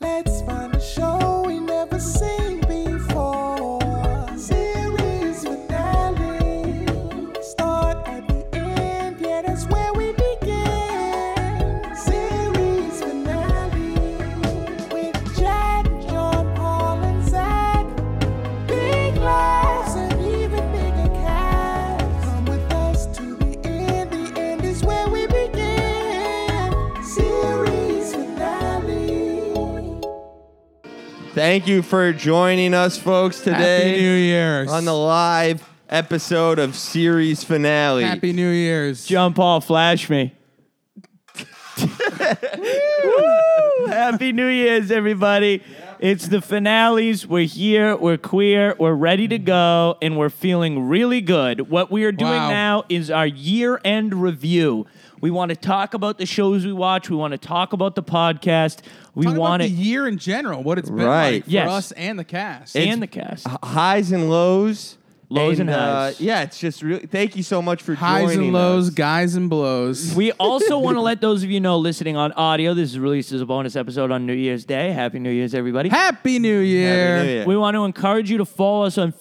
Let's find a show we never seen before. Series finale. Start at the end, yeah, that's where we begin. Series finale with Jack, John, Paul, and Zach. Big laughs and even bigger cats. Come with us to the end. The end is where we begin. Series finale. Thank you for joining us, folks, Happy New today Year's. on the live episode of series finale. Happy New Year's. John Paul, flash me. Woo! Happy New Year's, everybody. It's the finales. We're here. We're queer. We're ready to go. And we're feeling really good. What we are doing Wow. now is our year end review. We want to talk about the shows we watch. We want to talk about the podcast. We Talk want about to. the year in general, what it's been Right. like for Yes. us and the cast. and the cast. Highs and lows. uh, Lows and highs. yeah, it's just really. Thank you so much for Highs joining and lows, us. guys and blows. We also want to let those of you know listening on audio, this is released as a bonus episode on New Year's Day. Happy New Year's, everybody. Happy New Year. Happy New Year. We want to encourage you to follow us on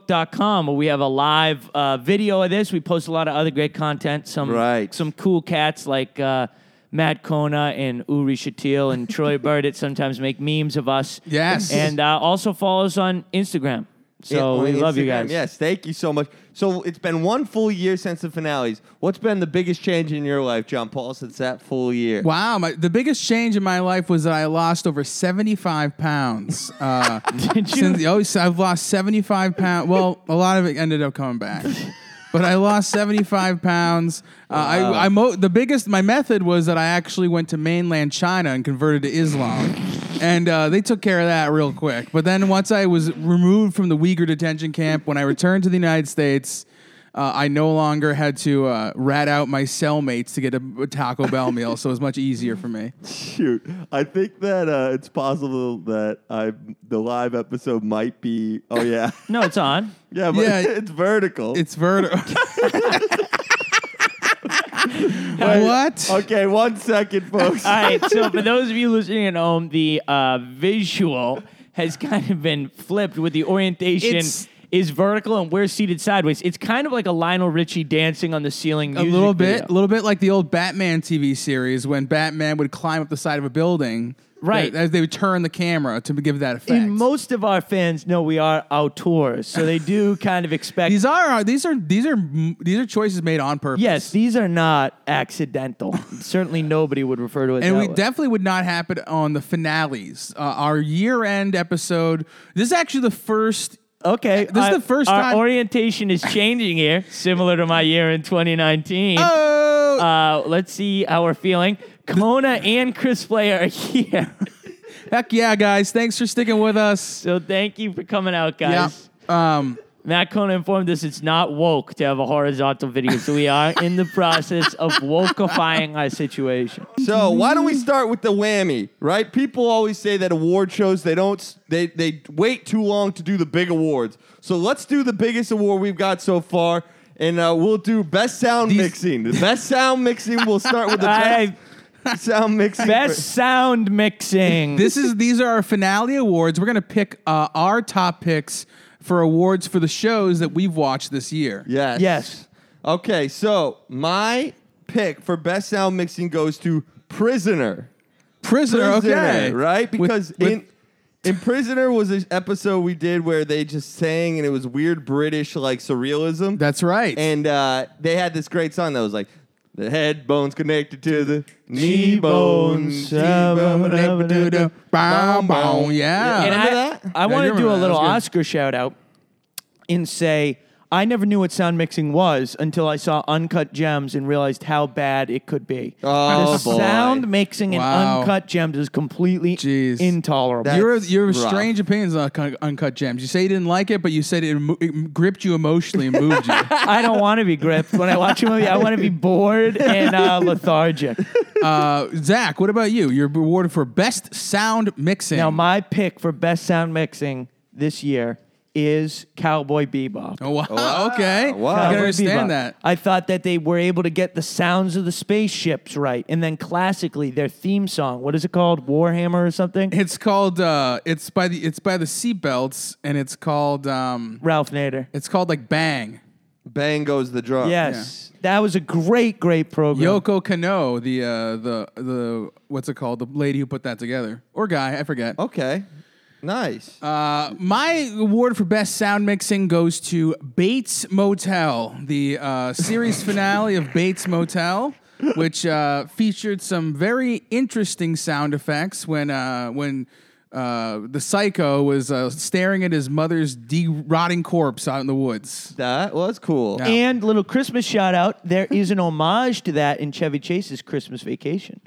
Facebook.com where we have a live uh, video of this. We post a lot of other great content. Some Right. some cool cats like uh, Matt Kona and Uri Shatil and Troy Burdett sometimes make memes of us. Yes. And uh, also follow us on Instagram. Yeah, So on we love you Instagram. guys. Yes, thank you so much. So it's been one full year since the finales. What's been the biggest change in your life, John Paul, since that full year? Wow, my, the biggest change in my life was that I lost over seventy-five pounds. Uh, Did you- Since, oh, so I've lost seventy-five pounds. Well, a lot of it ended up coming back, but I lost seventy-five pounds. Uh, I, I mo- the biggest. My method was that I actually went to mainland China and converted to Islam, and uh, they took care of that real quick. But then once I was removed from the Uyghur detention camp, when I returned to the United States. Uh, I no longer had to uh, rat out my cellmates to get a, a Taco Bell meal, so it was much easier for me. Shoot, I think that uh, it's possible that I the live episode might be. Oh yeah, No, it's on. yeah, but Yeah. it's it's vertical. It's vertical. what? okay. One second, folks. All right. So for those of you listening at home, the uh, visual has kind of been flipped with the orientation. It's- is vertical and we're seated sideways. It's kind of like a Lionel Richie dancing on the ceiling. A Music little bit, video. a little bit like the old Batman TV series when Batman would climb up the side of a building. Right. As they would turn the camera to give that effect. And most of our fans know we are auteurs, so they do kind of expect. these are uh, these are these are these are choices made on purpose. yes, these are not accidental. Certainly, nobody would refer to it. And that we way. definitely would not happen on the finales. Uh, our year-end episode. This is actually the first okay. This is our- the first our time- orientation is changing here, similar to my year in 2019. Oh, Uh, let's see how we're feeling. Kona and Chris Player are here. heck yeah, guys! Thanks for sticking with us. So thank you for coming out, guys. Yeah. Um, Matt Kona informed us it's not woke to have a horizontal video, so we are in the process of wokeifying our situation. So why don't we start with the whammy, right? People always say that award shows they don't s- they they wait too long to do the big awards. So let's do the biggest award we've got so far, and uh, we'll do best sound These- mixing. The best sound mixing. We'll start with the All best right, sound mixing. best sound mixing. this is these are our finale awards. We're gonna pick uh, our top picks for awards for the shows that we've watched this year. Yes. Yes. Okay. So my pick for best sound mixing goes to Prisoner. Prisoner, Prisoner, okay, right? With- Because with- in in Prisoner was an episode we did where they just sang and it was weird British like surrealism. that's right. and uh, they had this great song that was like the head bones connected to the knee bones. Knee bone, da- da- da- Bow, bow, yeah. and Remember I, that? I Yeah, I do want to do remember a that. little That was Oscar shout out and say I never knew what sound mixing was until I saw Uncut Gems and realized how bad it could be. Oh, the boy. sound mixing in Wow. Uncut Gems is completely Jeez. intolerable. That- you have That's you have rough. strange opinions on Uncut- Uncut Gems. You say you didn't like it, but you said it, mo- it gripped you emotionally and moved you. I don't want to be gripped when I watch a movie. I want to be bored and uh, lethargic. Uh, Zach, what about you? You're awarded for best sound mixing. Now, my pick for best sound mixing this year is Cowboy Bebop. Oh, wow. Okay. Wow. I Cowboy can understand Bebop. that. I thought that they were able to get the sounds of the spaceships right, and then classically their theme song. What is it called? Warhammer or something? It's called. Uh, it's by the. It's by the seatbelts, and it's called. Um, Ralph Nader. it's called like Bang. Bang goes the drum. Yes, that was a great, great program. Yoko Kano, the uh, the the what's it called? The lady who put that together or guy, I forget. Okay. Nice. Uh, my award for best sound mixing goes to Bates Motel, the uh, series finale of Bates Motel, which uh, featured some very interesting sound effects when uh, when. Uh, the psycho was uh, staring at his mother's de- rotting corpse out in the woods. that was cool. Yeah. And little Christmas shout out, there is an homage to that in Chevy Chase's Christmas Vacation.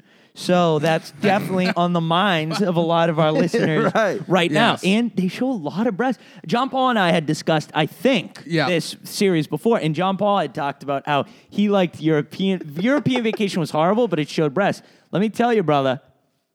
So that's definitely on the minds of a lot of our listeners Right. right, now. Yes. And they show a lot of breasts. John Paul and I had discussed, I think, Yeah. this series before. And John Paul had talked about how he liked European European vacation was horrible, but it showed breasts. Let me tell you, brother,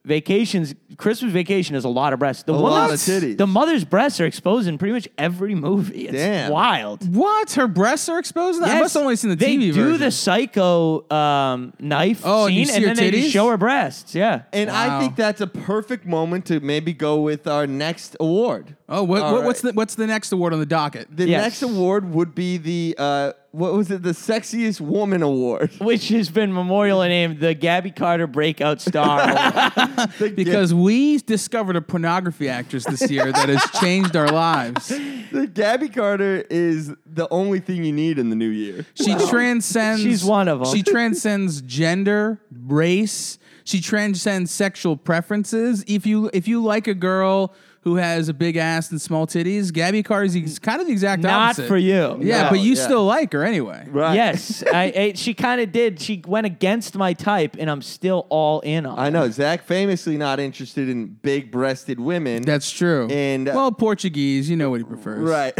vacations Christmas vacation is a lot of breasts. The A lot of titties. The mother's breasts are exposed in pretty much every movie. It's Damn. wild. What? Her breasts are exposed? I Yes, must have only seen the they TV do version. the psycho um, knife Oh, and scene, you and, see her then they just titties? show her breasts. Yeah. And I Wow. think that's a perfect moment to maybe go with our next award. Oh, what, All what, what's right. the what's the next award on the docket? The Yes. next award would be the uh, what was it? The sexiest woman award. Which has been memorial named the Gabby Carter Breakout Star. because we discovered a pornography actress this year that has changed our lives. The Gabby Carter is the only thing you need in the new year. She transcends. She's one of 'em. She transcends gender, race. She transcends sexual preferences. If you if you like a girl who has a big ass and small titties, Gabby Carter is ex- kind of the exact Not opposite. for you. Yeah, No, but you yeah. still like her anyway. Right. yes, I, I- she kind of did. She went against my type, and I'm still all in on. I it. know. Zach famously not interested in big breasted women. That's true. And, uh, well, Portuguese, you know what he prefers. right.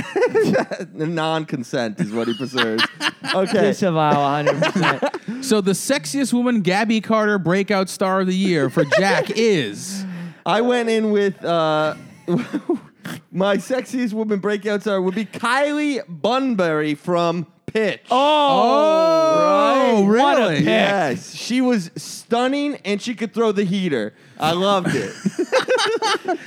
non consent is what he prefers. Okay. Disavow 100. percent So the sexiest woman, Gabby Carter, breakout star of the year for Jack is. I went in with uh, my sexiest woman breakout star would be Kylie Bunbury from Pitch. Oh, Oh, What a really? pick. Yes, she was stunning and she could throw the heater. I loved it.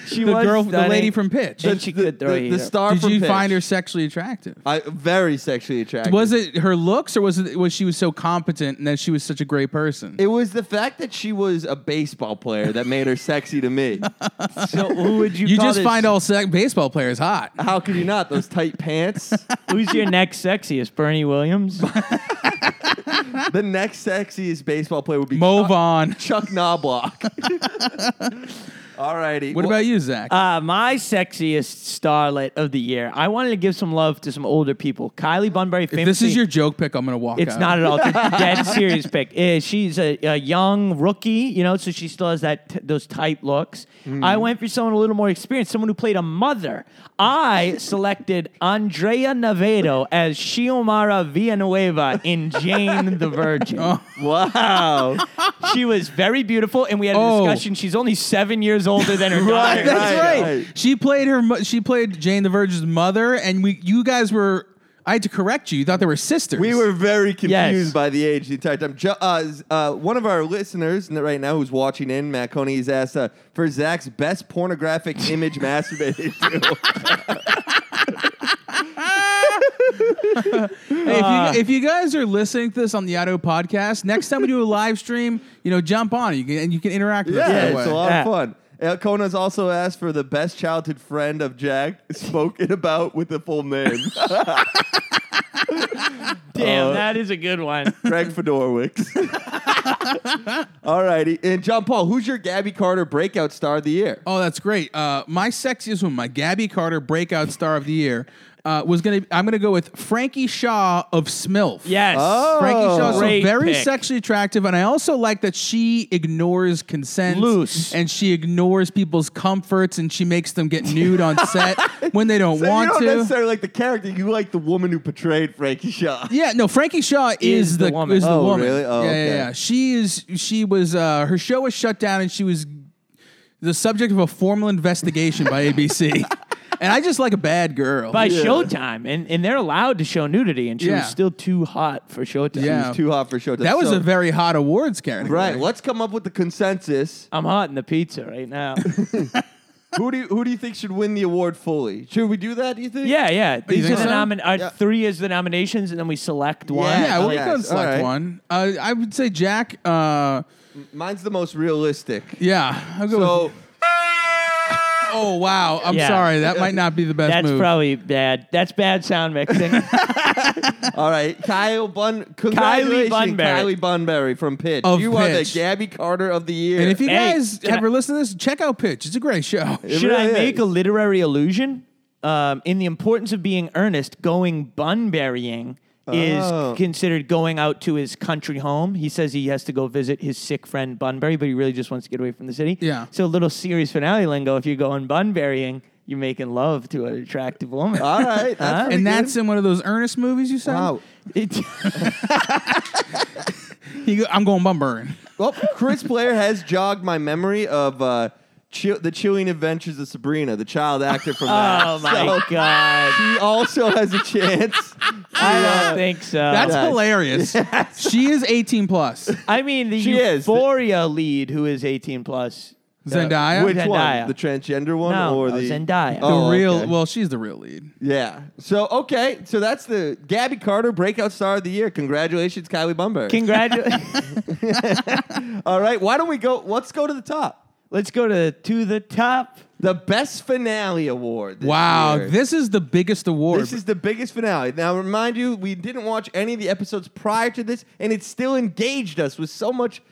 she the was girl, the stunning. lady from Pitch. And she could throw the, you. the star Did from you Pitch. find her sexually attractive? I, very sexually attractive. Was it her looks, or was it was she was so competent and that she was such a great person? It was the fact that she was a baseball player that made her sexy to me. so who would you? you call just this- find all sec- baseball players hot. How could you not? Those tight pants. Who's your next sexiest? Bernie Williams. the next sexiest baseball player would be Move Chuck, on. Chuck Knoblock. Alrighty. What Well, about you, Zach? Uh, my sexiest starlet of the year. I wanted to give some love to some older people. Kylie Bunbury. if this is your joke pick, I'm gonna walk. It's out. not at all. It's a dead serious pick. Uh, she's a, a young rookie, you know, so she still has that t- those type looks. Hmm. I went for someone a little more experienced, someone who played a mother. I selected Andrea Navedo as Shiomara Villanueva in Jane the Virgin. Oh. Wow. She was very beautiful, and we had a Oh. discussion. She's only seven years older than her Right, daughter. That's Right, right. right. She played her. mo- She played Jane the Virgin's mother, and we. You guys were. I had to correct you. You thought they were sisters. We were very confused Yes. by the age the entire time. Jo- uh, z- uh, one of our listeners n- right now who's watching in, Matt Coney, has asked uh, for Zach's best pornographic image masturbated to. Hey, Uh. if, you, if you guys are listening to this on the Auto Podcast, next time we do a live stream, you know, jump on. You can and you can interact with us. Yeah, that it's way. a lot Yeah. of fun. Uh, Conan's also asked for the best childhood friend of Jack, spoken about with the full name, Oh. Damn, that is a good one. Greg Fedorwicks. All righty. And John Paul, who's your Gabby Carter breakout star of the year? Oh, that's great. Uh, my sexiest woman, my Gabby Carter breakout star of the year, uh, was gonna. I'm gonna go with Frankie Shaw of Smilf. Yes. Oh. Frankie Shaw, so Great very pick. sexually attractive, and I also like that she ignores consent, Loose. and she ignores people's comforts, and she makes them get nude on set when they don't So want you don't to. necessarily like the character, you like the woman who portrayed Frankie Shaw. Yeah, no, Frankie Shaw is, the the, woman. Is the Oh, woman. really? Oh, yeah, okay. yeah, yeah. She is. She was. Uh, her show was shut down, and she was the subject of a formal investigation by ABC. and I just like a bad girl. by Showtime, and, and they're allowed to show nudity, and she Yeah. was still too hot for Showtime. Yeah. Too hot for show. that was So- a very hot awards category. right. Let's come up with the consensus. I'm hot in the pizza right now. who do you, who do you think should win the award fully? Should we do that? Do you think? yeah, yeah. These are think the so? nomin- uh, Yeah. three is the nominations, and then we select one. Yeah, Yeah, we'll Yes, go and select all right. one. Uh, I would say Jack. Uh, Mine's the most realistic. yeah, I'll go with- So oh wow, I'm Yeah. sorry, that might not be the best That's move. probably bad. That's bad sound mixing. all right, Kyle Bun, congratulations, Bunbury. Kylie Bunbury from Pitch. Of you are the Pitch. Gabby Carter of the year. and if you Hey, guys can I- ever listen to this, check out Pitch. It's a great show. It Should I really make is. a literary allusion? Um, in the importance of being earnest, going bunburying Oh. is considered going out to his country home. He says he has to go visit his sick friend Bunbury, but he really just wants to get away from the city. Yeah. So a little series finale lingo. If you're going bunburying, you're making love to an attractive woman. all right, that's pretty and good. that's in one of those earnest movies you said. wow. It- He go- I'm going bum burn. Well, Chris Blair has jogged my memory of uh, chi- the chilling adventures of Sabrina, the child actor from that. oh my So god! He also has a chance. I don't think so. That's yes. hilarious. She is 18 plus. I mean, the She is. Euphoria lead, who is 18 plus. Zendaya, Which Zendaya. one? The transgender one No, or no, the Zendaya. The the Oh, real. okay. Well, she's the real lead. Yeah. So okay, so that's the Gabby Carter breakout star of the year. Congratulations, Kylie Bumber. Congratulations. All right, why don't we go? Let's go to the top. Let's go to to the top. The best finale award. This Wow, year. this is the biggest award. This is the biggest finale. Now, remind you, we didn't watch any of the episodes prior to this, and it still engaged us with so much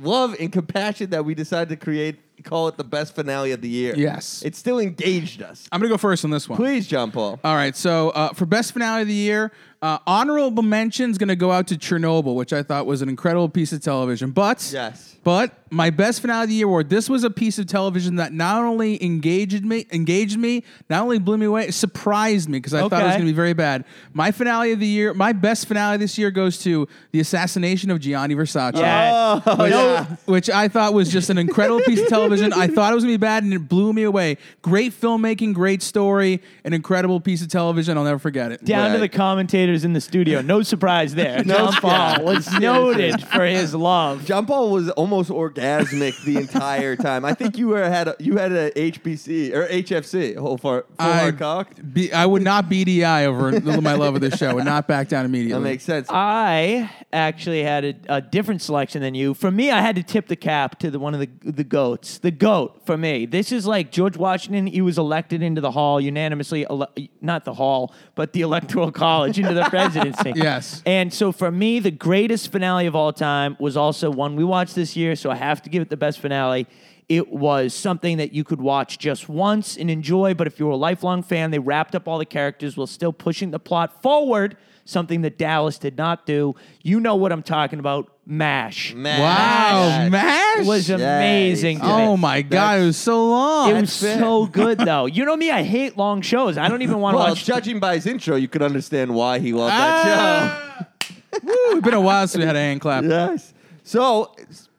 love and compassion that we decided to create, call it the best finale of the year. Yes. It still engaged us. I'm gonna go first on this one. Please, John Paul. All right, so uh, for best finale of the year, uh, honorable mention's going to go out to Chernobyl, which I thought was an incredible piece of television. But Yes. but my best finale of the year award. This was a piece of television that not only engaged me, engaged me, not only blew me away, it surprised me because I thought it was Okay. going to be very bad. My finale of the year, my best finale this year goes to the assassination of Gianni Versace Yes. Oh, yeah. which I thought was just an incredible piece of television. I thought it was gonna be bad, and it blew me away. Great filmmaking, great story, an incredible piece of television. I'll never forget it. Down to Right. the commentators in the studio. No surprise there. No John surprise. Paul was noted for his love. John Paul was almost orgasmic the entire time. I think you were had a, you had a HBC or HFC whole far full I, hard cock. be, I would not BDI over my love of this show. Would not back down That immediately. makes sense. I actually had a, a different selection than you. For me, I had to tip the cap to the one of the the goats. The goat for me. This is like George Washington. He was elected into the hall unanimously, ele- not the hall, but the electoral college into the presidency. Yes. And so for me, the greatest finale of all time was also one we watched this year, so I have to give it the best finale. It was something that you could watch just once and enjoy, but if you were a lifelong fan, they wrapped up all the characters while still pushing the plot forward, something that Dallas did not do. You know what I'm talking about MASH. Man. wow, Mash It was amazing. to me. Oh my god, it was so long. It was fair. so good, though. You know me, I hate long shows. I don't even want to Well, watch. judging by his intro, you could understand why he loved that show. Ah. Woo, it's been a while since we had a hand clap. Yes. So,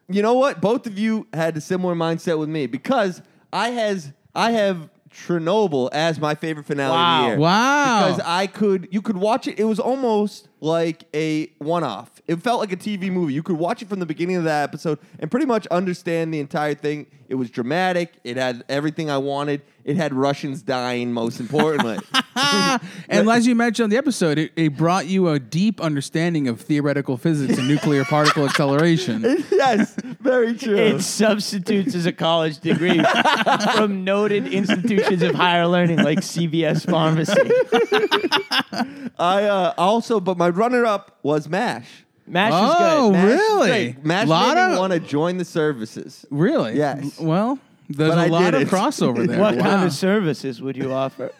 you know what? Both of you had a similar mindset with me because I has I have Chernobyl as my favorite finale of Wow. the year. Wow. Because I could you could watch it. It was almost like a one-off. It felt like a TV movie. You could watch it from the beginning of that episode and pretty much understand the entire thing. It was dramatic. It had everything I wanted. It had Russians dying most importantly. And as you mentioned on the episode, it, it brought you a deep understanding of theoretical physics and nuclear particle acceleration. yes, very true. It substitutes as a college degree from noted institutions of higher learning like CVS Pharmacy. I uh, also, but my runner-up was MASH. Mash Oh, is good. Mash is really? great. Mash made Lotta- me want to join the services. Really? Yes. Well, there's But a I lot did of it. crossover there. What Wow. kind of services would you offer?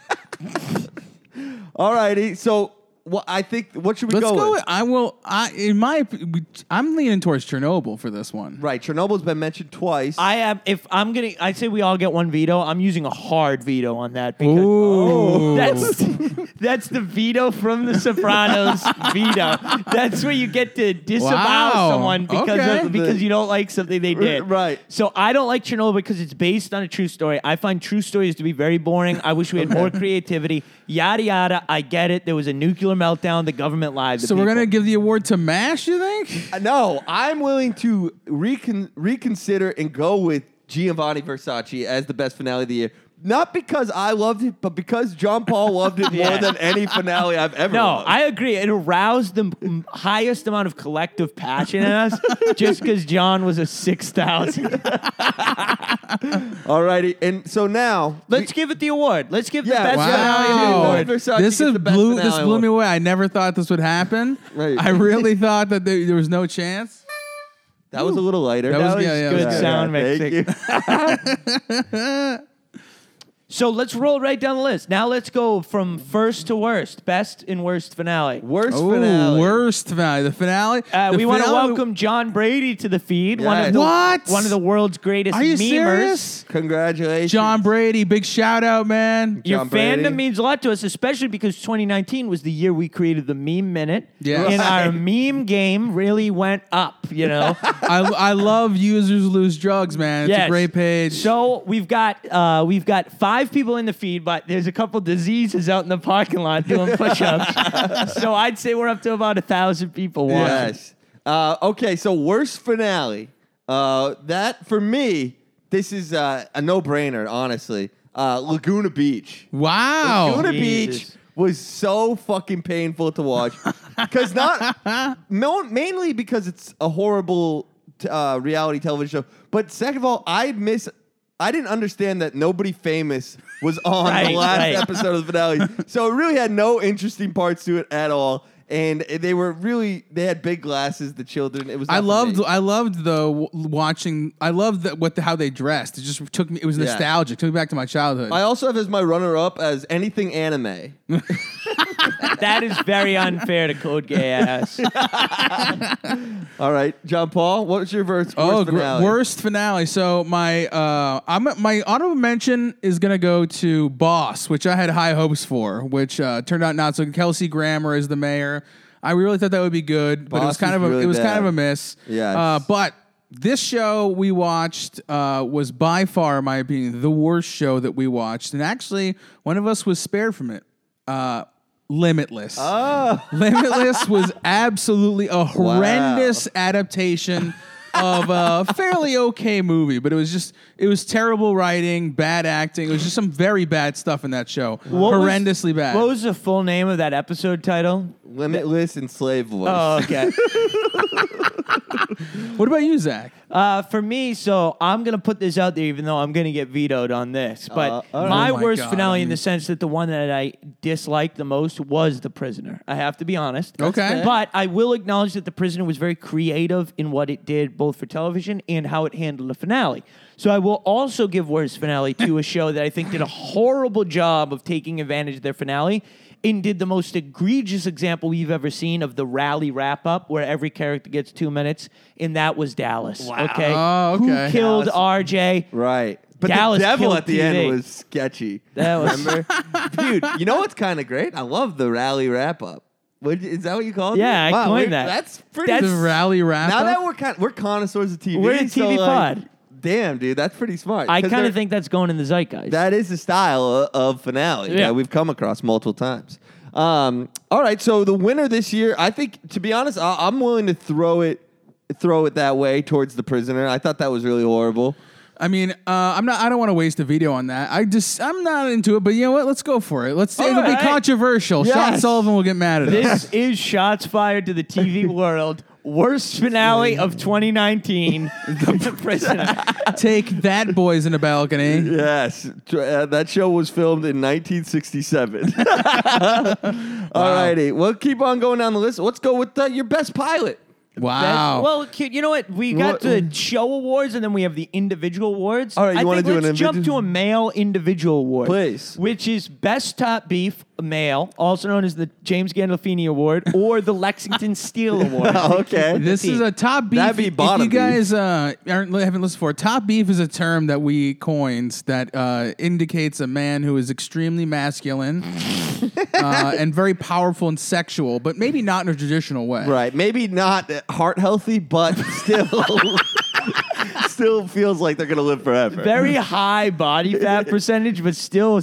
All righty. So what I think. What should we Let's go, go. with? With, I will. I in my op- we- I'm leaning towards Chernobyl for this one. Right, Chernobyl's been mentioned twice. I am. If I'm gonna, I say we all get one veto. I'm using a hard veto on that because Oh, Ooh. Oh, that's that's the veto from The Sopranos veto. That's where you get to disavow Wow. someone because Okay. of, because you don't like something they did. right. So I don't like Chernobyl because it's based on a true story. I find true stories to be very boring. I wish we had more creativity. Yada yada. I get it. There was a nuclear meltdown. The government lied. to So we're people. gonna give the award to Mash. You think? Uh, no, I'm willing to recon- reconsider and go with Giovanni Versace as the best finale of the year. Not because I loved it, but because John Paul loved it Yeah. more than any finale I've ever. No, loved. I agree. It aroused the m- highest amount of collective passion in us just because John was a 6,000. Alrighty, and so now Let's give it the award. Let's give Yeah, the best wow. finale Wow. award. Versace This gets is the best blew. finale This blew award. me away. I never thought this would happen. Right. I really thought that there, there was no chance. that was a little lighter. That was- yeah, yeah, good yeah, yeah. sound Thank mixing. you. So let's roll right down the list. Now let's go from first to worst, best and worst finale. Worst Oh, finale. worst finale. The finale. Uh, the we want to finale- welcome John Brady to the feed. One of Yes. the What? one of the world's greatest Are you memers. serious? Congratulations, John Brady. Big shout out, man. Your John Brady. fandom means a lot to us, especially because 2019 was the year we created the meme minute. Yeah. And our Right. meme game really went up, you know? I, I love users lose drugs, man. It's Yes. a great page. So we've got uh, we've got five people in the feed, but there's a couple diseases out in the parking lot doing push-ups. so I'd say we're up to about a thousand people watching. Yes. Uh, okay, so worst finale. Uh, that for me, this is uh, a no-brainer. Honestly, uh, Laguna Beach. wow. Laguna Jesus. Beach was so fucking painful to watch because not no, mainly because it's a horrible t- uh, reality television show, but second of all, I miss. I didn't understand that nobody famous was on the Right, last right. episode of the finale, so it really had no interesting parts to it at all. And they were really they had big glasses. The children, it was. I not for loved me. I loved the w- watching I loved the, what the, how they dressed. It just took me it was Yeah. nostalgic. Took me back to my childhood. I also have as my runner up as anything anime. That is very unfair to Code Gay ass. all right, John Paul, what's your verse? oh, worst gr- finale? worst finale. So my uh I'm my honorable mention is going to go to Boss, which I had high hopes for, which uh turned out not so Kelsey Grammer is the mayor. I really thought that would be good, but it Boss was kind is of a, really it was bad. kind of a miss. Yes. Uh, but this show we watched uh, was by far, in my opinion, the worst show that we watched. And actually, one of us was spared from it. Uh, Limitless. Oh. Limitless was absolutely a horrendous adaptation of a fairly okay movie, but it was just, it was terrible writing, bad acting. It was just some very bad stuff in that show. What was- Horrendously bad. What was the full name of that episode title? Limitless and slave voice. Oh, okay. what about you, Zach? Uh, for me, so I'm gonna put this out there, even though I'm gonna get vetoed on this. But all right. my Oh my worst God. finale, in the sense that the one that I disliked the most was The Prisoner. I have to be honest. Okay. fair. But I will acknowledge that The Prisoner was very creative in what it did, both for television and how it handled the finale. So I will also give worst finale to a show that I think did a horrible job of taking advantage of their finale. And did the most egregious example you've ever seen of the rally wrap up where every character gets two minutes, and that was Dallas. Okay. Oh, okay. Who killed RJ? Right. But Dallas the devil killed at the TV. end was sketchy. That was- Remember? Dude, you know what's kind of great? I love the rally wrap up. What, is that what you call it? Yeah, I Wow, coined we're- that. That's pretty. That's- The rally wrap. now up? that we're kind, we're connoisseurs of TV. We're a so, TV like, pod. Damn, dude, that's pretty smart. I 'Cause kind they're- of think that's going in the zeitgeist. that is the style o- of finale Yeah. that we've come across multiple times. Um, all right, so the winner this year, I think, to be honest, I- I'm willing to throw it, throw it that way towards the prisoner. I thought that was really horrible. I mean, uh, I'm not. I don't want to waste a video on that. I just, I'm not into it. But you know what? Let's go for it. Let's. say it'll right. be controversial. Sean Yes. Sullivan will get mad at us. this is shots fired to the TV world. Worst finale of 2019. the prisoner. Take that, boys in a balcony. Yes, Tr- uh, that show was filmed in 1967. All righty, well, keep on going down the list. Let's go with uh, your best pilot. Wow. That's- well, kid, you know what? We got What- the show awards, and then we have the individual awards. All right, you I wanna think do an let's jump to individual- a male individual award, Please. which is best top beef male, also known as the James Gandolfini Award or the Lexington Steel Award. Oh, okay. This is a top beef. That'd be bottom if you guys uh, aren't haven't listened for top beef is a term that we coined that uh, indicates a man who is extremely masculine uh, and very powerful and sexual, but maybe not in a traditional way. Right. Maybe not heart healthy, but still still feels like they're gonna live forever. Very high body fat percentage, but still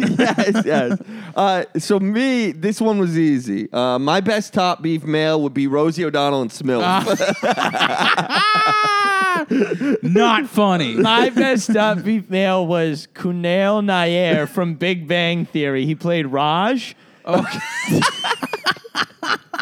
yes, yes. Uh, so me, this one was easy. Uh, my best top beef male would be Rosie O'Donnell and Smilf. Ah! Not funny. My best top beef male was Kunail Nair from Big Bang Theory. He played Raj.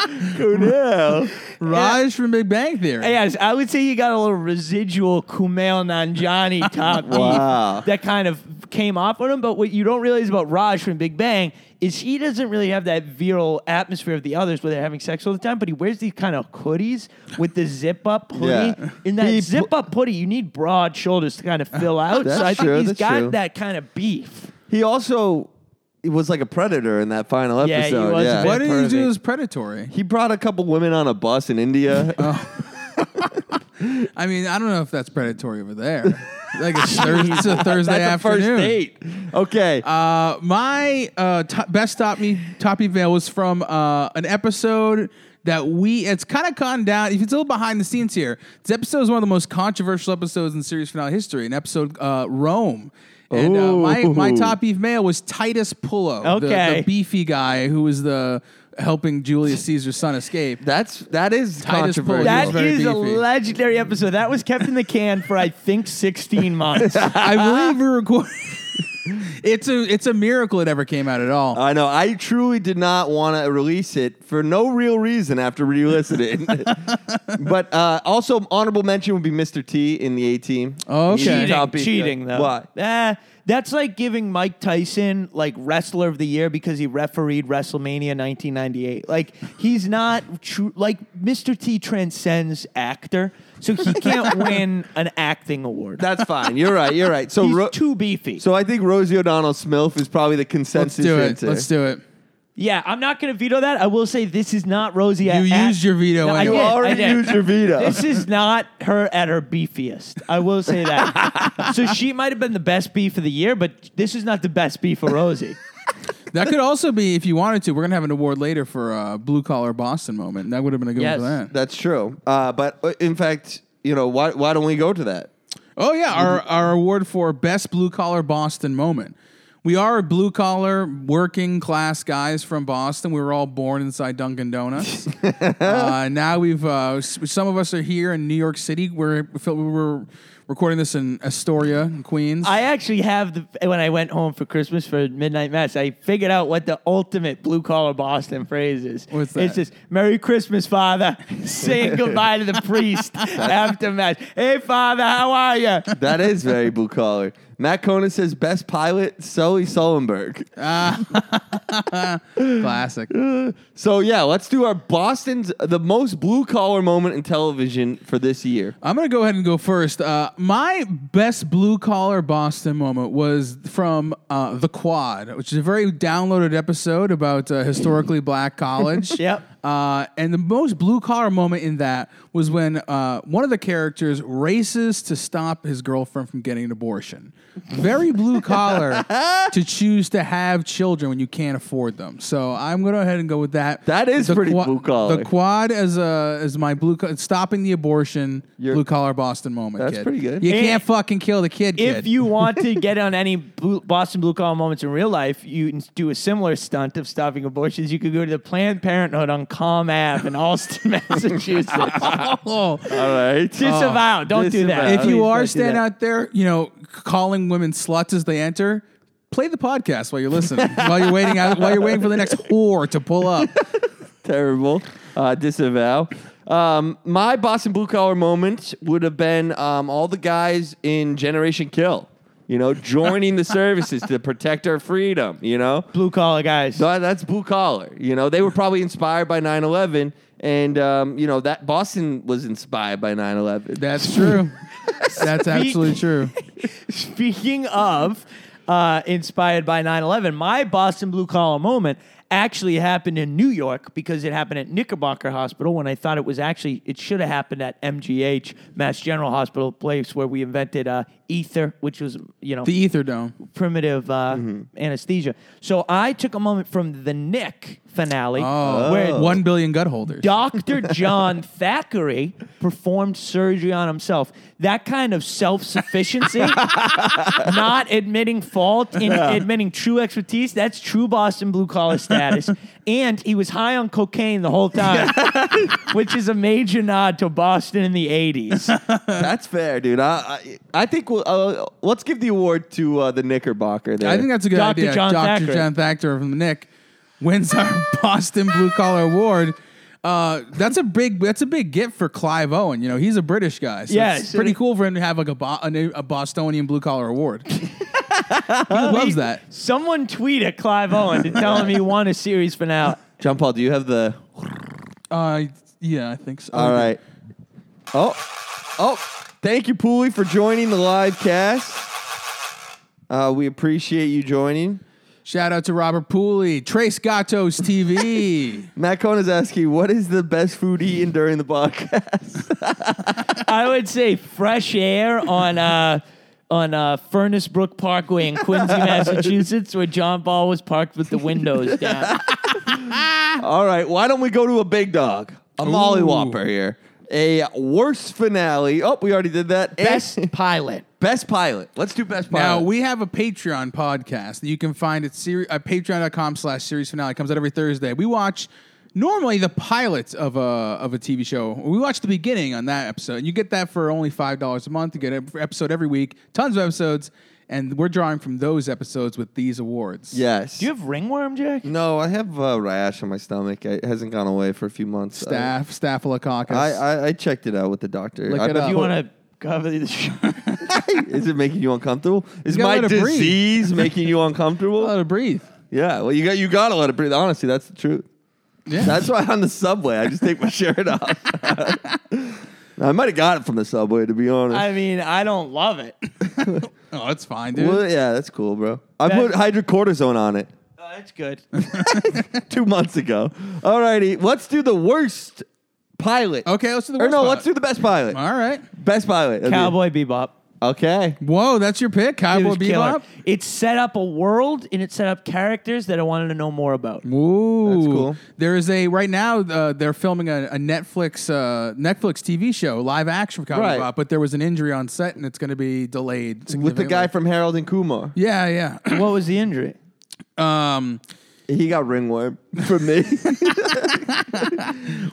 O'Donnell. Raj from Big Bang Theory. Yes, I would say you got a little residual Kumail Nanjani top Wow. beef that kind of came off on him. But what you don't realize about Raj from Big Bang is he doesn't really have that virile atmosphere of the others where they're having sex all the time, but he wears these kind of hoodies with the zip up hoodie. Yeah. In that He pu- zip up hoodie, you need broad shoulders to kind of fill out. That's so I think true, he's that's got true. that kind of beef. He also was like a predator in that final Yeah, he episode. was a bit- what did he do Perfect. as predatory? He brought a couple women on a bus in India. I mean, I don't know if that's predatory over there. Like it's, Thurs- it's a Thursday That's a afternoon. first date. Okay. Uh, my uh, to- best stop me toppy veil was from uh, an episode that we it's kind of gone down if it's a little behind the scenes here this episode is one of the most controversial episodes in series finale history an episode uh, rome and uh, my, my Ooh. top beef male was titus pullo the- the, Okay. beefy guy who was the helping julius caesar's son escape that's that is Titus controversial. Pulling That Very is a beefy. legendary episode. That was kept in the can for I think 16 months. i believe we recorded it's a it's a miracle it ever came out at all I know. I truly did not want to release it for no real reason after re-listening. but uh, also, honorable mention would be Mr. T in the A Team. Oh, okay. cheating, Top beef. cheating though. Why? Eh, that's like giving Mike Tyson like wrestler of the year because he refereed WrestleMania 1998. Like he's not true. Like Mr. T transcends actor, so he can't win an acting award. That's fine. You're right. You're right. So, he's Ro- too beefy. so I think Rosie O'Donnell Smilf is probably the let's consensus do it answer. let's do it yeah, I'm not gonna veto that. I will say this is not Rosie. you used your veto No, I anyway. You did, already did. used your veto. This is not her at her beefiest. I will say that. so she might have been the best beef of the year, but this is not the best beef for Rosie. That could also be, if you wanted to, we're gonna have an award later for uh, blue collar Boston moment. That would have been a good one Yes. for that. That's true. Uh, but uh, in fact, you know, why why don't we go to that? Oh yeah, our our award for best blue collar Boston moment. We are blue collar, working class guys from Boston. We were all born inside Dunkin' Donuts. uh, now we've uh, s- some of us are here in New York City. We're we feel- we're recording this in Astoria, in Queens. I actually have the when I went home for Christmas for midnight mass, I figured out what the ultimate blue collar Boston phrase is. What's It's that? just Merry Christmas, Father, saying goodbye to the priest after mass. Hey, Father, how are you? That is very blue collar. Matt Conan says best pilot Sully Sullenberg. Classic. So yeah, let's do our Boston's the most blue collar moment in television for this year. I'm gonna go ahead and go first. Uh, my best blue collar Boston moment was from uh, the Quad, which is a very downloaded episode about uh, historically black college. Yep. Uh, and the most blue collar moment in that was when uh, one of the characters races to stop his girlfriend from getting an abortion. Very blue collar to choose to have children when you can't afford them. So I'm gonna go ahead and go with that. That is pretty blue collar. The quad as a as my blue co- stopping the abortion You're- blue collar Boston moment. That's kid. pretty good. You And can't fucking kill the kid. If kid. you want to get on any blue, Boston blue collar moments in real life, you can do a similar stunt of stopping abortions. You could go to the Planned Parenthood on Calm Ave in Alston, Massachusetts. Oh. All right. Disavow. Don't do that. Disavow. if you are Please don't do that. standing out there, you know, c- calling women sluts as they enter, play the podcast while you're listening, while you're waiting out, while you're waiting for the next whore to pull up. Terrible. Uh, disavow. Um, my Boston blue collar moment would have been um, all the guys in Generation Kill. You know, joining the services to protect our freedom. You know, blue collar guys. So that's blue collar. You know, they were probably inspired by 9 11 And um, you know that Boston was inspired by 9/11. That's true. That's absolutely true. Speaking of uh, inspired by 9 11, my Boston Blue Collar moment actually happened in New York because it happened at Knickerbocker Hospital when I thought it was actually, it should have happened at MGH, Mass General Hospital, place where we invented uh, ether, which was, you know, The Ether Dome. primitive uh, anesthesia. So I took a moment from the Nick finale Oh, where one billion gut holders. Dr. John Thackeray performed surgery on himself. That kind of self sufficiency, not admitting fault, in admitting true expertise, that's true Boston blue collar status. and he was high on cocaine the whole time, which is a major nod to Boston in the 80s. That's fair, dude. I I, I think we'll, uh, let's give the award to uh, the Knickerbocker. There, I think that's a good Dr. idea. John Dr. Thacker. John Thacker from the Nick wins our Boston Blue Collar Award. Uh, that's a big that's a big gift for Clive Owen. You know, he's a British guy. So Yeah, it's so pretty they- cool for him to have like a, Bo- a, new- a Bostonian Blue Collar Award. he loves that. Someone tweet at Clive Owen to tell him he won a series finale. John Paul, do you have the? Uh, yeah, I think so. All right. Oh, oh! Thank you, Pooley, for joining the live cast. Uh, we appreciate you joining. Shout out to Robert Pooley, Trace Gatos TV. Matt Cohn is asking, what is the best food eaten during the podcast? I would say fresh air on uh, on uh, Furnace Brook Parkway in Quincy, Massachusetts, where John Ball was parked with the windows down. All right, why don't we go to a big dog? A Molly Whopper here. A worst finale. Oh, we already did that. And Best pilot. best pilot. Let's do best pilot. now we have a Patreon podcast that you can find at, seri- uh, at patreon.com slash series finale. It comes out every Thursday. We watch normally the pilot of a of a TV show. We watch the beginning on that episode. You get that for only five dollars a month. You get an episode every week, tons of episodes, and we're drawing from those episodes with these awards. yes. Do you have ringworm, Jack? no, I have a rash on my stomach. It hasn't gone away for a few months. Staff, Staphylococcus. I, I, I checked it out with the doctor. Look I it put- up. Do you want to cover the show? Is it making you uncomfortable? Is You gotta my let it breathe. disease making you let uncomfortable? it breathe. yeah. Well, you got you gotta let it breathe. Honestly, that's the truth. Yeah. That's why on the subway I just take my shirt off. I might have got it from the subway, to be honest. I mean, I don't love it. oh, that's fine, dude. Well, yeah, that's cool, bro. I That- put hydrocortisone on it Oh, that's good. two months ago. Alrighty, let's do the worst pilot. Okay, let's do the Or worst no, pilot. let's do the best pilot. All right. Best pilot. That'd be- Cowboy Bebop. Okay. Whoa, that's your pick, It Cowboy was killer. Bebop. It set up a world and it set up characters that I wanted to know more about. Ooh, That's cool. There is a right now. Uh, they're filming a, a Netflix uh, Netflix TV show, live action for Cowboy Right. Bebop, but there was an injury on set, and it's going to be delayed. With the guy significantly. from Harold and Kumar. yeah, What was the injury? yeah. Um, He got ringworm from me.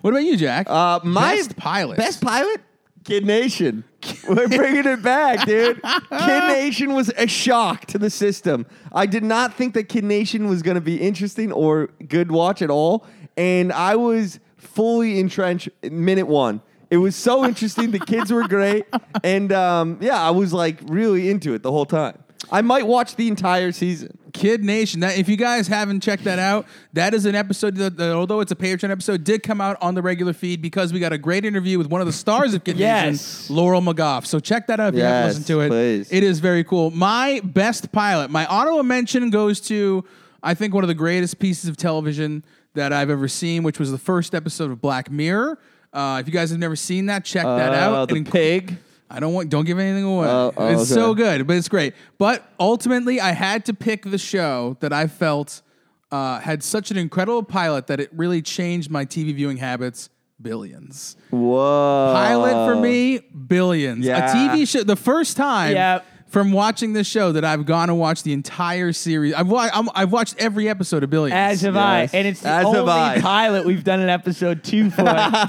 what about you, Jack? Uh, my Best pilot. Best pilot? Kid Nation. We're bringing it back, dude. Kid Nation was a shock to the system. I did not think that Kid Nation was going to be interesting or good watch at all. And I was fully entrenched at minute one. It was so interesting. the kids were great. And um, yeah, I was like really into it the whole time. I might watch the entire season. Kid Nation. That if you guys haven't checked that out, that is an episode that, that although it's a Patreon episode, did come out on the regular feed because we got a great interview with one of the stars of Kid Yes. Nation, Laurel McGough. So check that out if you haven't Yes, listened to it. please. It is very cool. My best pilot. My honorable mention goes to I think one of the greatest pieces of television that I've ever seen, which was the first episode of Black Mirror. Uh, if you guys have never seen that, check that Uh, out. the It inc- pig. I don't want. Don't give anything away. Oh, oh, it's so okay. good, but it's great. But ultimately, I had to pick the show that I felt uh, had such an incredible pilot that it really changed my TV viewing habits. Billions. Whoa. Pilot for me, billions. Yeah. A TV show. The first time. Yep. From watching this show, that I've gone and watched the entire series. I've wa- I'm, I've watched every episode of Billions. As have Yes. I. And it's the As have I. only pilot we've done an episode two for.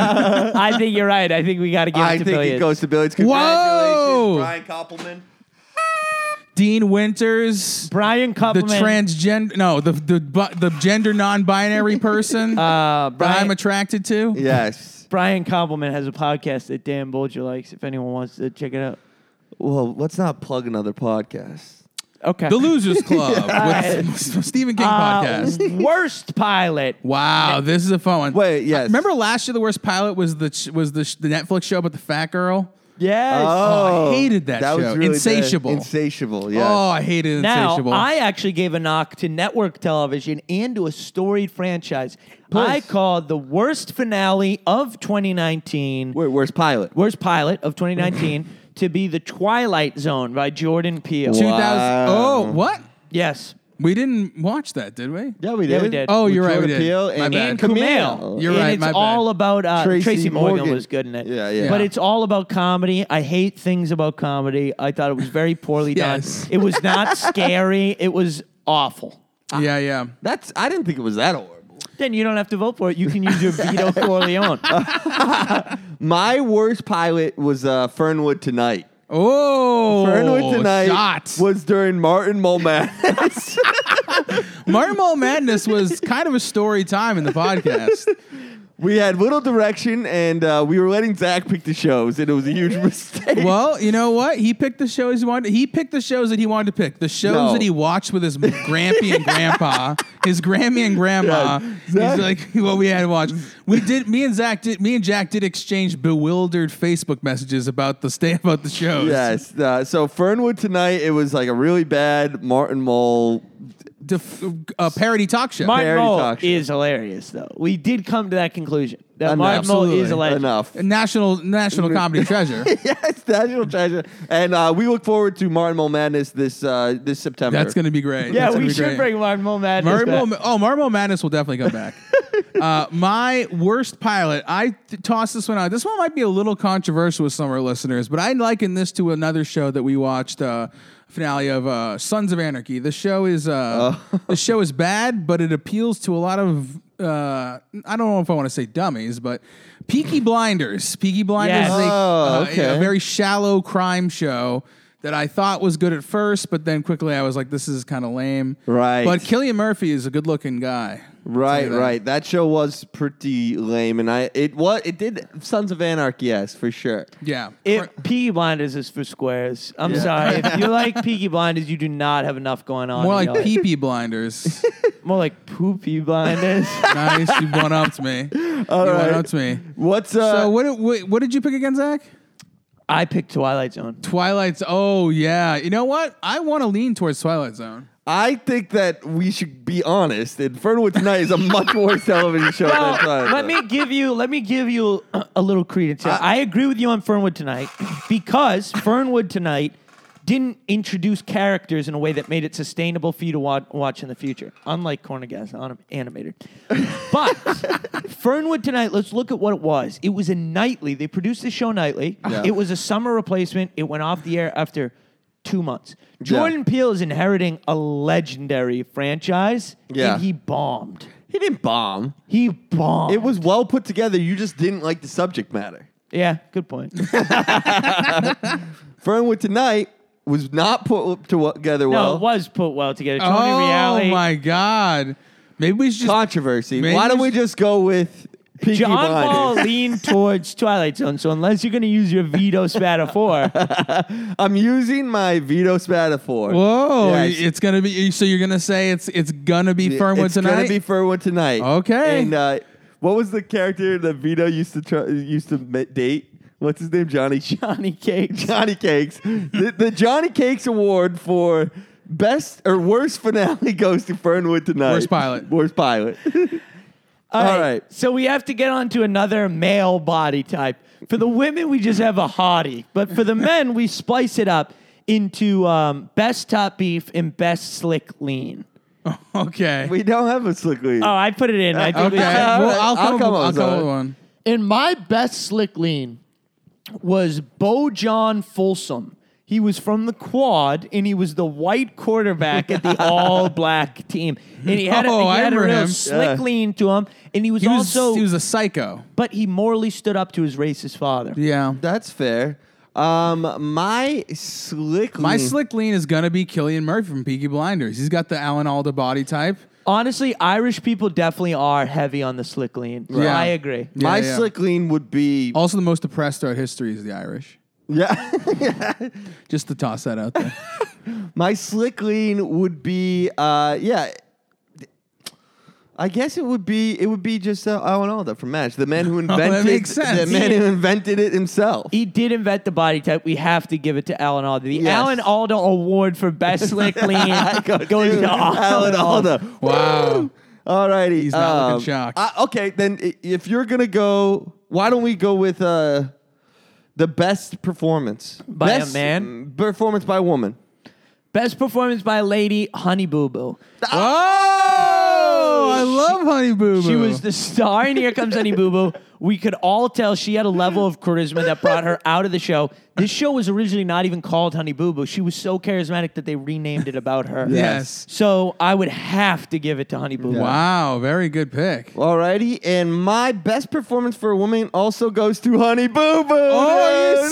I think you're right. I think we got to give it I to think Billions. it goes to Billions. Whoa! Congratulations, Brian Koppelman. Dean Winters, Brian the Koppelman. transgender, no, the the bu- the gender non-binary person. uh, that Brian, I'm attracted to. Yes. Brian Koppelman has a podcast that Dan Bolger likes. If anyone wants to check it out, Well, let's not plug another podcast. Okay. The Losers Club with Stephen King Uh, podcast. worst pilot. Wow, this is a fun one. Wait, yes. Remember last year the worst pilot was the ch- was the, sh- the Netflix show about the fat girl. Yes. Oh, I hated that that show. Was really bad. Insatiable. Insatiable. Yes. Oh, I hated now, Insatiable. I actually gave a knock to network television and to a storied franchise. I Please. called the worst finale of 2019, Wait, where's Pilot? worst pilot of 2019, to be The Twilight Zone by Jordan Peele. Two- 2000. Wow. Oh, what? Yes. We didn't watch that, did we? Yeah, we did. Yeah, we did. Oh, With you're right. We Jordan did. Peele My and, bad. And Kumail. Kumail. You're and right, It's my bad. all about uh, Tracy, Tracy Morgan. Morgan. was good in it. Yeah, yeah. But Yeah. it's all about comedy. I hate things about comedy. I thought it was very poorly Yes. done. It was not scary. It was awful. Yeah, yeah. That's. I didn't think it was that horrible. Then you don't have to vote for it. You can use your veto Corleone. My worst pilot was uh, Fernwood Tonight. Oh, Fernwood Tonight Shots. was during Martin Mulmass. Martin Mole Madness was kind of a story time in the podcast. we had little direction, and uh, we were letting Zach pick the shows, and it was a huge mistake. well, you know what? He picked the shows he wanted. He picked the shows that he wanted to pick. The shows No. that he watched with his grampy and grandpa, his Grammy and grandma. Yeah. He's Zach- like what we had to watch. We did. Me and Zach did. Me and Jack did exchange bewildered Facebook messages about the stay about the shows. Yes. Uh, so Fernwood Tonight, it was like a really bad Martin Mull. Def- a parody talk show. Martin Parody Mull talk show. is hilarious, though. We did come to that conclusion that Enough. Martin Mull is Absolutely. a legend. Enough. A national national Mm-hmm. comedy treasure. yes, National Treasure. And uh, we look forward to Martin Mull Madness this uh, this September. That's gonna be great. Yeah, That's gonna we be should great. bring Martin Mull madness. Marvel, back. oh, Marvel Madness will definitely come back. uh, my worst pilot, I th- tossed this one out. This one might be a little controversial with some of our listeners, but I liken this to another show that we watched. Uh, finale of uh, Sons of Anarchy. The show is uh, the show is bad, but it appeals to a lot of. Uh, I don't know if I want to say dummies, but Peaky Blinders. Peaky Blinders Yes. is a, Oh, uh, a okay. very shallow crime show that I thought was good at first, but then quickly I was like, this is kind of lame. Right. But Killian Murphy is a good looking guy. Right, Tell you that. right. That show was pretty lame, and I it was it did Sons of Anarchy, yes, for sure. Yeah. It, Peaky Blinders is for squares. I'm sorry. If you like Peaky Blinders, you do not have enough going on. More in like your life. pee pee blinders. More like Poopy Blinders. nice. You one upped me. you one right. upped me. What's uh so, what, did- what, what did you pick again, Zach? I picked Twilight Zone. Twilight's. Oh, yeah. You know what? I want to lean towards Twilight Zone. I think that we should be honest. And Fernwood Tonight is a much worse television show than Well, Twilight let Zone. me give you let me give you a, a little credence. here. I agree with you on Fernwood tonight because Fernwood tonight didn't introduce characters in a way that made it sustainable for you to wa- watch in the future, unlike Cornagas on animated. But Fernwood tonight, let's look at what it was. It was a nightly. They produced the show nightly. Yeah. It was a summer replacement. It went off the air after two months. Yeah. Jordan Peele is inheriting a legendary franchise, Yeah. and he bombed. He didn't bomb. He bombed. It was well put together. You just didn't like the subject matter. Yeah, good point. Fernwood Tonight was not put together no, well. it was put well together. Tony oh, Reale, my God. Maybe we should just. Controversy. Maybe Why don't we we sh- just go with Peaky John Blinders? Paul leaned towards Twilight Zone. So unless you're going to use your veto spatafor, I'm using my veto spatafor. Whoa. Yes. It's going to be. So, you're going to say it's it's going to be Fernwood it's tonight? gonna be Fernwood tonight. Okay. And uh, what was the character that Vito used to tr- used to ma- date? What's his name? Johnny Johnny Cage. Johnny Cakes. the, the Johnny Cakes award for best or worst finale goes to Fernwood tonight. Worst pilot. Worst pilot. All right. So we have to get on to another male body type. For the women, we just have a hottie. But for the men, we splice it up into um, best top beef and best slick lean. okay. We don't have a slick lead. Oh, Uh, I put it in. I think Okay. we should- all Well, right. I'll I'll come, up come with- up I'll with come up that. with one. And my best slick lean was Bo John Folsom. He was from the quad and he was the white quarterback at the all black team. And he had, a, Oh, he I had a remember real him. slick Yeah. lean to him. And he was He was, also, he was a psycho. but he morally stood up to his racist father. Yeah. That's fair. Um, my slick. My lean- slick lean is gonna be Killian Murphy from Peaky Blinders. He's got the Alan Alda body type. Honestly, Irish people definitely are heavy on the slick lean. Yeah. I agree. Yeah, my yeah. Oh. slick lean would be. Also, the most depressed throughout history is the Irish. Yeah. Just to toss that out there. My slick lean would be, uh, yeah. I guess it would be it would be just uh, Alan from Match, the man who invented Oh, makes sense. the man who invented it himself. He did invent the body type. We have to give it to Alan Alda. The Alan Alda Award for Best Slick Lean goes to Alan Alda. Wow. All righty. um, He's not looking shocked. I- okay, then i- if you're gonna go, why don't we go with uh, the best performance By a Best man? Performance by a woman. Best performance by a lady, Honey Boo Boo. Oh, I love Honey Boo Boo. She was the star in Here Comes Honey Boo Boo. We could all tell she had a level of charisma that brought her out of the show. This show was originally not even called Honey Boo Boo. She was so charismatic that they renamed it about her. Yes. So I would have to give it to Honey Boo Boo. Wow, very good pick. Alrighty, and my best performance for a woman also goes to Honey Boo Boo. Oh, are you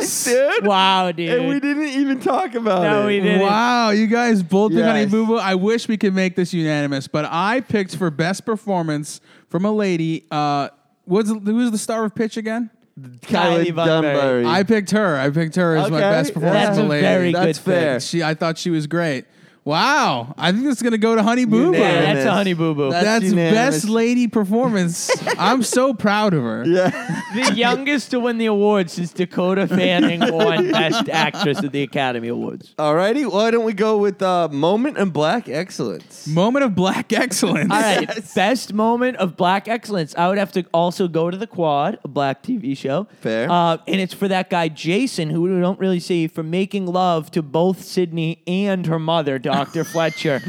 dude. serious? dude? Wow, dude. And we didn't even talk about No, it. we didn't. Wow, you guys both picked Honey Yes. Boo Boo. I wish we could make this unanimous, but I picked for best performance from a lady. Uh, was who was the star of Pitch again? Kylie, Kylie Bunbury. Dunbury. I picked her. I picked her as my Okay, best performance That's from a a lady. very good That's pick. fair. uh, she, I thought she was great. Wow, I think it's gonna go to Honey Boo Boo. Yeah, that's Unanimous. a Honey Boo Boo. That's That's unanimous. best lady performance. I'm so proud of her. Yeah. the youngest to win the award since Dakota Fanning won Best Actress at the Academy Awards. Alrighty, why don't we go with uh, Moment and Black Excellence? Moment of black excellence. All right, best moment of black excellence. I would have to also go to the Quad, a black TV show. Fair. Uh, and it's for that guy Jason, who we don't really see, for making love to both Sydney and her mother, Dr. Fletcher.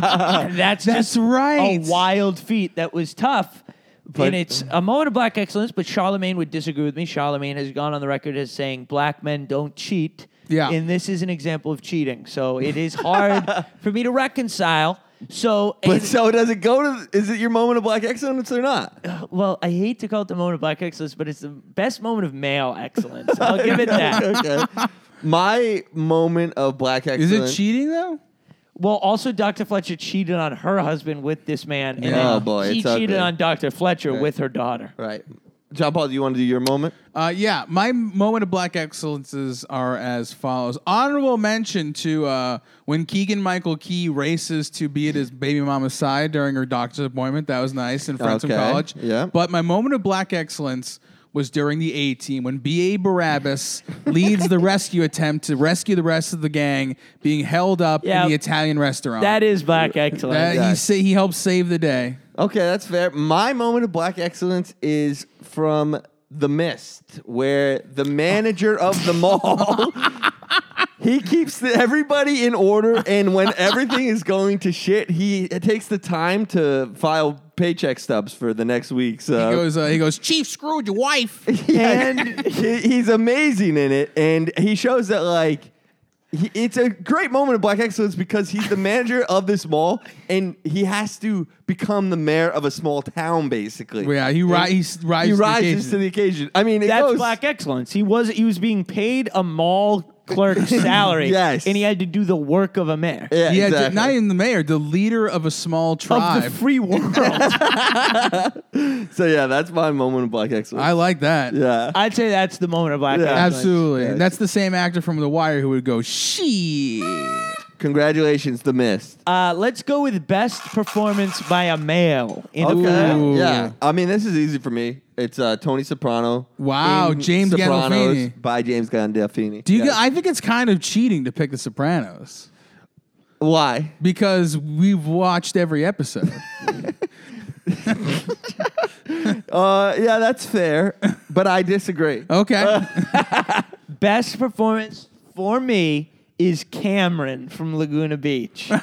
That's That's just right. A wild feat that was tough. But- and it's a moment of black excellence, but Charlemagne would disagree with me. Charlemagne has gone on the record as saying black men don't cheat. Yeah. And this is an example of cheating. So it is hard for me to reconcile. So But and- so does it go to? Is it your moment of black excellence or not? well, I hate to call it the moment of black excellence, but it's the best moment of male excellence. I'll give it that. okay. My moment of black Is excellence. it cheating though? Well, also, Dr. Fletcher cheated on her husband with this man, and Yeah. then Oh, boy, he it's cheated ugly. on Dr. Fletcher with her daughter. Right. John Paul, do you want to do your moment? Uh, yeah, my moment of black excellences are as follows. Honorable mention to uh, when Keegan Michael Key races to be at his baby mama's side during her doctor's appointment. That was nice in Friendsum Okay, College. yeah. But my moment of black excellence was during the A team when B.A. Barabbas leads the rescue attempt to rescue the rest of the gang being held up Yeah. in the Italian restaurant. That is black excellence. That- he, Yes. sa- he helped save the day. Okay, that's fair. My moment of black excellence is from The Mist, where the manager of the mall. He keeps the, everybody in order, and when everything is going to shit, he takes the time to file paycheck stubs for the next week's. Uh, He goes, uh, he goes, Chief, screwed your wife. and he- he's amazing in it. And he shows that like he, it's a great moment of black excellence because he's the manager of this mall and he has to become the mayor of a small town basically. Yeah, he, ri- he s- he rises to the rises occasion. to the occasion. I mean, it That's goes, black excellence. He was he was being paid a mall clerk's salary, Yes. and he had to do the work of a mayor. Yeah, Yeah, d- exactly. not even the mayor, the leader of a small Of tribe. the free world, so yeah, that's my moment of black excellence. I like that. yeah, I'd say that's the moment of black Yeah. excellence. Absolutely. Yeah. That's the same actor from The Wire who would go, she. congratulations, The Mist. Uh, let's go with best performance by a male. In a Okay. film. Ooh. Yeah. I mean, this is easy for me. It's uh, Tony Soprano. Wow, in James Sopranos Gandolfini. by James Gandolfini. Do you? Yes. I think it's kind of cheating to pick The Sopranos Why? because we've watched every episode. Uh, yeah, that's fair, but I disagree. Oh. Okay. Best performance for me is Cameron from Laguna Beach.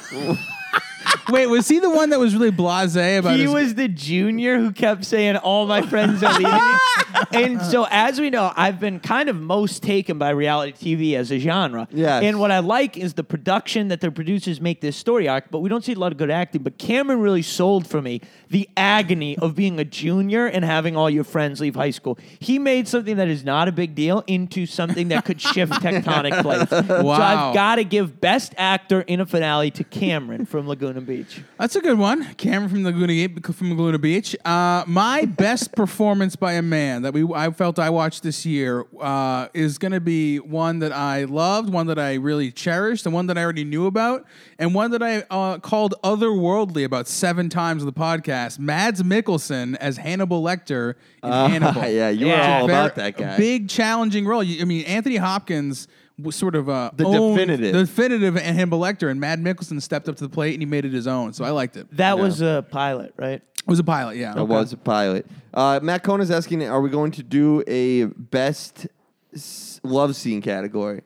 Wait, was he the one that was really blasé about he his? was the junior who kept saying, All my friends are leaving. and so, as we know, I've been kind of most taken by reality TV as a genre. Yes. And what I like is the production that the producers make this story arc, but we don't see a lot of good acting. But Cameron really sold for me the agony of being a junior and having all your friends leave high school. He made something that is not a big deal into something that could shift tectonic plates. So, Wow. I've got to give best actor in a finale to Cameron from Laguna Beach. That's a good one. Cameron from Laguna, from Laguna Beach. Uh, my best performance by a man that that we I felt I watched this year uh, is going to be one that I loved, one that I really cherished, and one that I already knew about, and one that I uh, called otherworldly about seven times on the podcast. Mads Mikkelsen as Hannibal Lecter in Hannibal. yeah, you were Yeah. all Very- about that guy. Big challenging role. You- I mean, Anthony Hopkins was sort of uh, The owned- definitive. the definitive and Hannibal Lecter, and Mad Mickelson stepped up to the plate and he made it his own. So I liked it. That was a pilot, right? It was a pilot, yeah. I was a pilot. Uh, Matt Cohn is asking, are we going to do a best s- love scene category?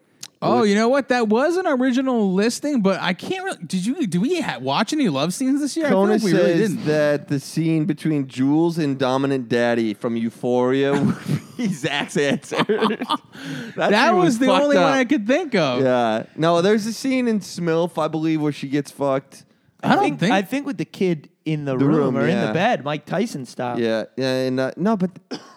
Oh, you know what? That was an original listing, but I can't. Really, did you? Do we ha- watch any love scenes this year? I feel Conan like we says really didn't. that the scene between Jules and Dominant Daddy from Euphoria would be Zach's answer. that that scene was the fucked only up. one I could think of. Yeah. No, there's a scene in Smilf, I believe, where she gets fucked. I don't think. I think with the kid in the, The room, room, or in yeah. the bed, Mike Tyson style. Yeah. Yeah. And uh, no, but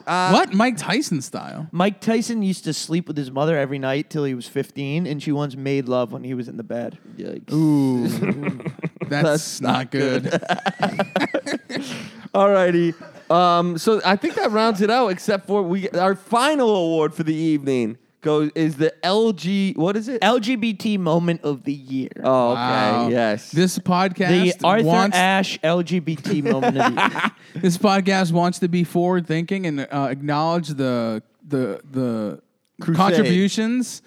uh, what Mike Tyson style? Mike Tyson used to sleep with his mother every night till he was 15, and she once made love when he was in the bed. Yikes. Ooh, that's, not good. Alrighty. Um, so I think that rounds it out, except for we our final award for the evening goes is the LG. What is it? LGBT moment of the year. oh, okay. Wow. Yes. This the podcast Arthur wants Ashe LGBT moment of the year. this podcast wants to be forward thinking and uh, acknowledge the the the Crusade. contributions.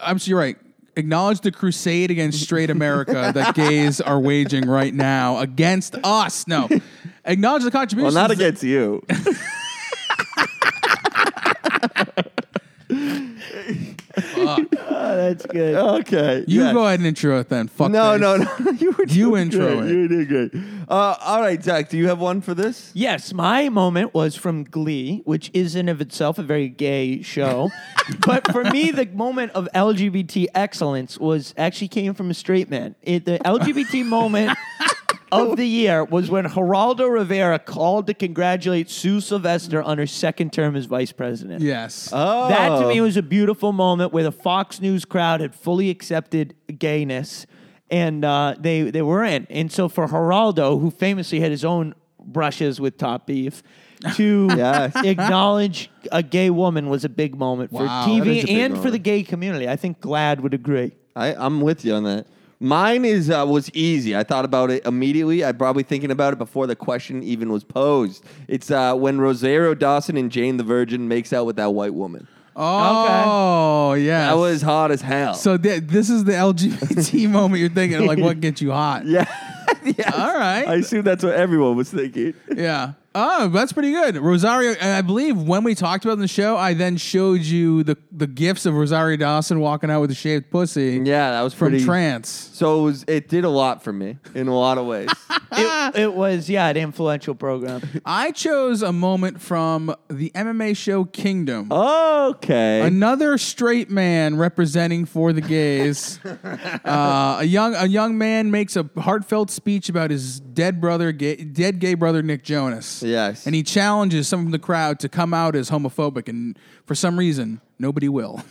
I'm sure you're right. Acknowledge the crusade against straight America that gays are waging right now against us. No, acknowledge the well, contributions. not against you. Oh, that's good. okay. You yes. go ahead and intro it then. Fuck. No, face. no, no. you were You doing intro great. it. You did great. Uh, all right, Zach. Do you have one for this? Yes, my moment was from Glee, which is in of itself a very gay show. but for me, the moment of LGBT excellence was actually came from a straight man. It, the LGBT moment of the year was when Geraldo Rivera called to congratulate Sue Sylvester on her second term as vice president. Yes. Oh, That to me was a beautiful moment where the Fox News crowd had fully accepted gayness, and uh, they they were in. And so for Geraldo, who famously had his own brushes with top beef, to Yes. acknowledge a gay woman was a big moment Wow. for That is a TV big and for moment. the gay community. I think Glad would agree. I, I'm with you on that. Mine is uh, was easy. I thought about it immediately. I probably thinking about it before the question even was posed. It's uh, when Rosario Dawson and Jane the Virgin makes out with that white woman. oh, yeah. That was hot as hell. So th- this is the LGBT moment you're thinking of, like what gets you hot. yeah, Yes. All right. I assume that's what everyone was thinking. Yeah. Oh, that's pretty good. Rosario, and I believe when we talked about it in the show, I then showed you the, the gifts of Rosario Dawson walking out with a shaved pussy Yeah, that was from pretty. trance. So it, was, it did a lot for me in a lot of ways. Ah. It, it was yeah, an influential program. I chose a moment from the MMA show Kingdom. Oh, okay. Another straight man representing for the gays. uh, a young a young man makes a heartfelt speech about his dead brother, gay, dead gay brother Nick Jonas. Yes. and he challenges some from the crowd to come out as homophobic, and for some reason, nobody will.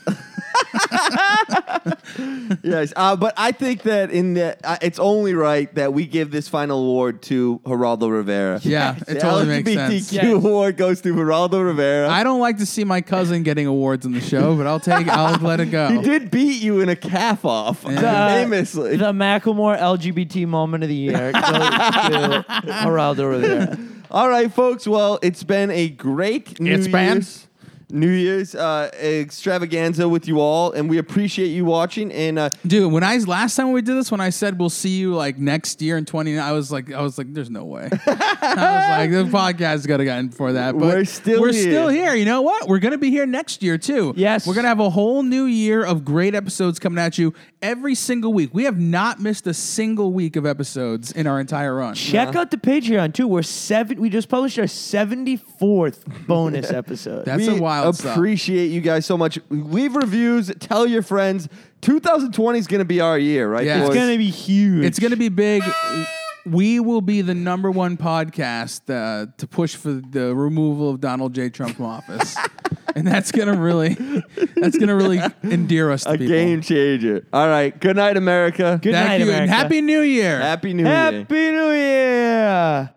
Yes, uh, but I think that in the uh, it's only right that we give this final award to Geraldo Rivera. Yeah, The it totally makes sense. LGBTQ award goes to Geraldo Rivera. I don't like to see my cousin getting awards in the show, but I'll take. I'll let it go. he did beat you in a calf off, famously. the Macklemore LGBT moment of the year goes to Geraldo Rivera. All right, folks. Well, it's been a great New It's been. Year's New Year's uh, extravaganza with you all, and we appreciate you watching. And uh, Dude, when I last time we did this, when I said we'll see you like next year in twenty, I was like, I was like, there's no way. I was like, the podcast got to gotten before that, but We're still we're here. still here. You know what? We're gonna be here next year too. Yes. we're gonna have a whole new year of great episodes coming at you every single week. We have not missed a single week of episodes in our entire run. Check out the Patreon too. We're seven. We just published our seventy fourth bonus episode. That's we a wild stuff. appreciate you guys so much. Leave reviews. Tell your friends. 2020 is going to be our year, right? Yeah. It's boys? be huge. It's going to be big. We will be the number one podcast uh, to push for the removal of Donald J. Trump from office, and that's going to really, that's going to really endear us to A people. game changer. All right. Good night, America. Good Thank night, you, and America. happy New Year. Happy New Year. Happy New Year.